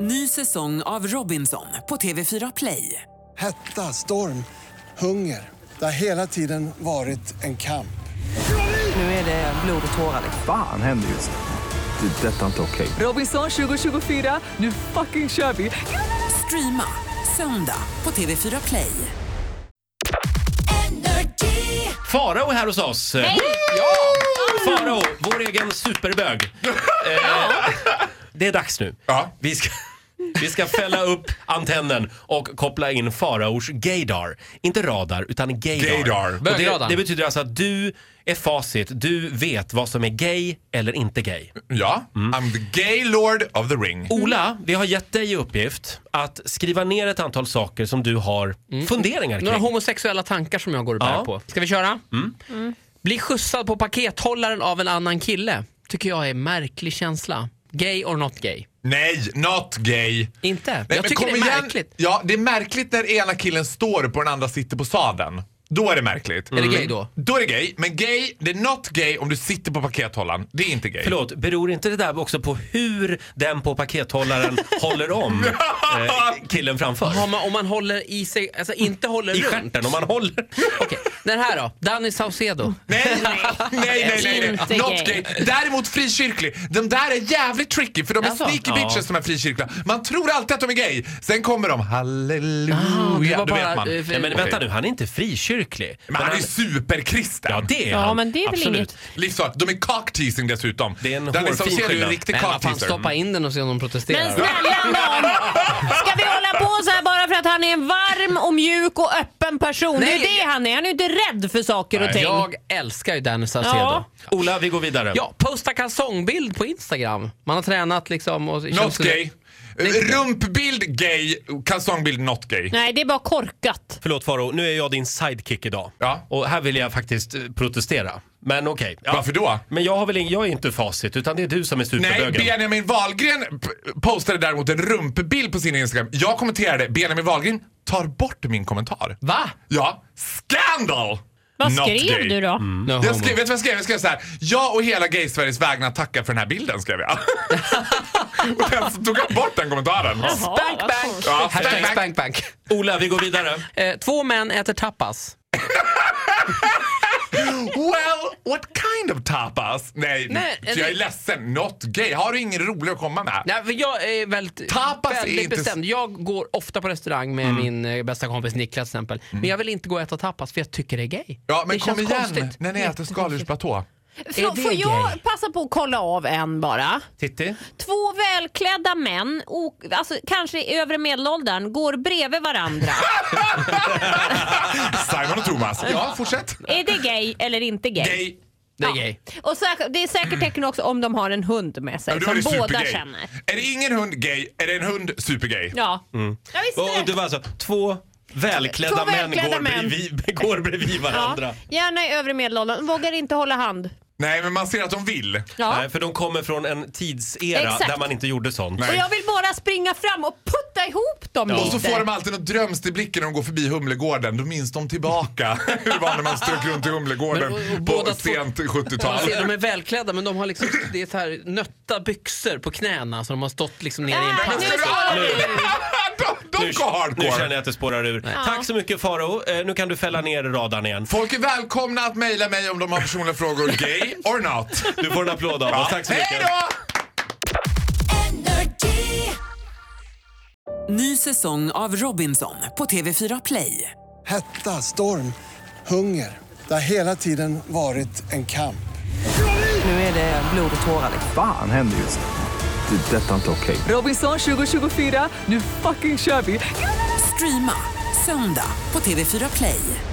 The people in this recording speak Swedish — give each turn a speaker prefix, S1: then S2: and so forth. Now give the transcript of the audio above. S1: Ny säsong av Robinson på TV4 Play.
S2: Hetta, storm, hunger. Det har hela tiden varit en kamp.
S1: Nu är det blod och tårar. liksom.
S3: Fan händer just nu. Det. är Detta är inte okej.
S1: Robinson 2024, nu fucking kör vi! Streama söndag på TV4 Play.
S4: Farao är här hos oss. Hej! Ja! Farao, vår egen superbög. Eh, det är dags nu.
S5: Ja.
S4: Vi, ska, vi ska fälla upp antennen och koppla in Faraos gaydar. Inte radar, utan gaydar.
S5: Gaydar.
S4: Och det,
S6: Bögradarn.
S4: det betyder alltså att du är facit. Du vet vad som är gay eller inte gay.
S5: Ja, I'm the gay lord of the ring.
S4: Ola, vi har gett dig i uppgift att skriva ner ett antal saker som du har funderingar kring.
S6: Några homosexuella tankar som jag går och bär
S4: Ja.
S6: på. Ska vi köra?
S5: Mm.
S7: Mm.
S6: Bli skjutsad på pakethållaren av en annan kille. Tycker jag är en märklig känsla. Gay or not gay?
S5: Nej, not gay.
S6: Inte?
S5: Nej,
S6: jag
S5: men
S6: tycker
S5: kom
S6: det är
S5: igen.
S6: märkligt.
S5: Ja, det är märkligt när ena killen står upp och den andra sitter på sadeln. Då är det märkligt. Mm.
S6: Är det gay då?
S5: Då är det gay, men gay, det är not gay om du sitter på pakethållaren. Det är inte gay.
S4: Förlåt, beror inte det där också på hur den på pakethållaren håller om eh, killen framför?
S6: Om man, om man håller i sig, alltså
S5: Mm.
S6: inte håller
S4: I
S6: runt.
S4: stjärten om man håller.
S6: Okej, den här då. Danny Saucedo.
S5: Nej, nej, nej, nej, nej.
S7: Inte
S5: Not
S7: gay.
S5: gay. Däremot frikyrklig. De där är jävligt tricky för de är
S6: Alltså?
S5: sneaky bitches de är frikyrkliga. Man tror alltid att de är gay. Sen kommer de halleluja,
S6: Ah, det var
S5: då
S6: bara,
S5: vet man.
S6: eh, för-
S4: Nej, men
S5: Okej.
S4: vänta nu, han är inte frikyrklig.
S5: Men han är ju superkristen.
S4: Ja, det är
S7: Ja,
S4: han.
S7: men det är väl
S4: Absolut.
S7: inget-
S5: Livsfarligt. De är cockteasing dessutom.
S4: Det är en
S5: Den
S4: hårfin
S5: som ser du är
S4: skillnad.
S5: en riktig
S6: Men vad fan,
S5: cockteaser.
S6: stoppa in den och se om de protesterar.
S7: Men snälla nån! Ska vi hålla på så här bara för att han är en varm och mjuk och öppen person? Det är ju
S6: Nej.
S7: det han är. Han är ju inte rädd för saker och ting.
S6: jag älskar ju Danny Saucedo.
S7: Ja.
S6: Ja.
S4: Ola, vi går vidare.
S6: posta kalsongbild på Instagram. Man har tränat liksom. Och
S5: Not
S6: känns det-
S5: gay. Eh, Rumpbild gay, kalsongbild not gay.
S7: Nej, det är bara korkat.
S4: Förlåt Faro, nu är jag din sidekick idag.
S5: Ja.
S4: Och här vill jag faktiskt eh, protestera. Men okej. Ja.
S5: Varför då?
S4: Men jag, har väl in, jag är inte facit, utan det är du som är
S5: Nej,
S4: superbögen.
S5: Benjamin Wahlgren p- postade däremot en rumpbild på sin Instagram. Jag kommenterade, Benjamin Wahlgren tar bort min kommentar.
S6: Va?
S5: Ja, skandal!
S7: Vad
S5: Not
S7: skrev
S5: gay.
S7: du då?
S6: No
S5: Mm. Jag
S6: homo.
S5: skrev, vet du vad jag skrev? Jag skrev så här. Jag och hela Gay-Sveriges vägnar tackar för den här bilden, skrev jag. och sen så tog jag bort den kommentaren.
S7: Jaha, vad konstigt.
S5: Ja,
S6: Hashtag
S5: spank,
S6: spank bank.
S4: Ola, vi går vidare.
S6: Eh, två män äter tapas.
S5: Well, what kind of tapas? Nej,
S6: Nej,
S5: så jag är
S6: det-
S5: ledsen. Not gay. Har du ingen rolig att komma med?
S6: Nej, för jag är väldigt,
S5: Tapas är
S6: väldigt
S5: inte-
S6: bestämd. Jag går ofta på restaurang med min eh, bästa kompis Niklas till exempel. Men jag vill inte gå och äta tapas för jag tycker det är gay.
S5: Ja, men
S6: det
S5: kom
S6: känns
S5: igen
S6: konstigt.
S5: när ni äter skaldjursplatå.
S7: Frå-
S6: det
S7: Får
S6: gay?
S7: jag passa på att kolla av en bara?
S4: Titti?
S7: Två välklädda män, och, alltså, kanske i övre medelåldern, går bredvid varandra.
S5: Simon och Thomas. Ja, fortsätt.
S7: är det gay eller inte gay?
S5: Gay.
S6: Det är
S7: Ja.
S6: gay.
S7: Och säkert, det är säkert tecken också om de har en hund med sig
S5: Ja, då är
S7: som
S5: det
S7: båda
S5: supergay.
S7: känner.
S5: Är det ingen hund gay, är det en hund supergay.
S7: Ja, jag visste
S4: Och, och det
S7: det.
S4: var alltså två välklädda,
S7: Två välklädda
S4: män, går
S7: män.
S4: Bredvid, går bredvid varandra.
S7: Ja, gärna i övre medelåldern, vågar inte hålla hand.
S5: Nej, men man ser att de vill.
S7: Ja.
S4: Nej, Eh, för de kommer från en tidsera
S7: Exakt.
S4: där man inte gjorde sånt.
S7: Och jag vill bara springa fram och putta ihop dem
S5: Och
S7: lite.
S5: så får de alltid något drömst i blicken när de går förbi Humlegården. Då minns de tillbaka hur det var när man strök runt i Humlegården
S6: Men, och- och
S5: på
S6: båda två-
S5: sent
S6: Man
S5: 70-tal.
S6: ser, de är välklädda men de har liksom, det är så här nötta byxor på knäna så de har stått liksom ner i en
S7: Äh,
S6: plast.
S7: nu
S5: Nu-
S7: ska vi-
S5: De, de
S4: Nu,
S5: går
S4: nu
S5: hardcore.
S4: känner jag att det spårar ur. Tack så mycket Faro. Eh, nu kan du fälla ner radarn igen.
S5: Folk är välkomna att mejla mig om de har personliga frågor. Gay or not.
S4: Du får en applåd av oss. Tack så mycket.
S5: Hej då!
S1: Ny säsong av Robinson på TV4 Play.
S2: Hetta, storm, hunger. Det har hela tiden varit en kamp.
S1: Nu är det blod och tårar.
S3: Fan händer just nu. Det. är Detta är inte okej.
S1: Robinson 2024, nu fucking kör vi! Streama söndag på TV4 Play.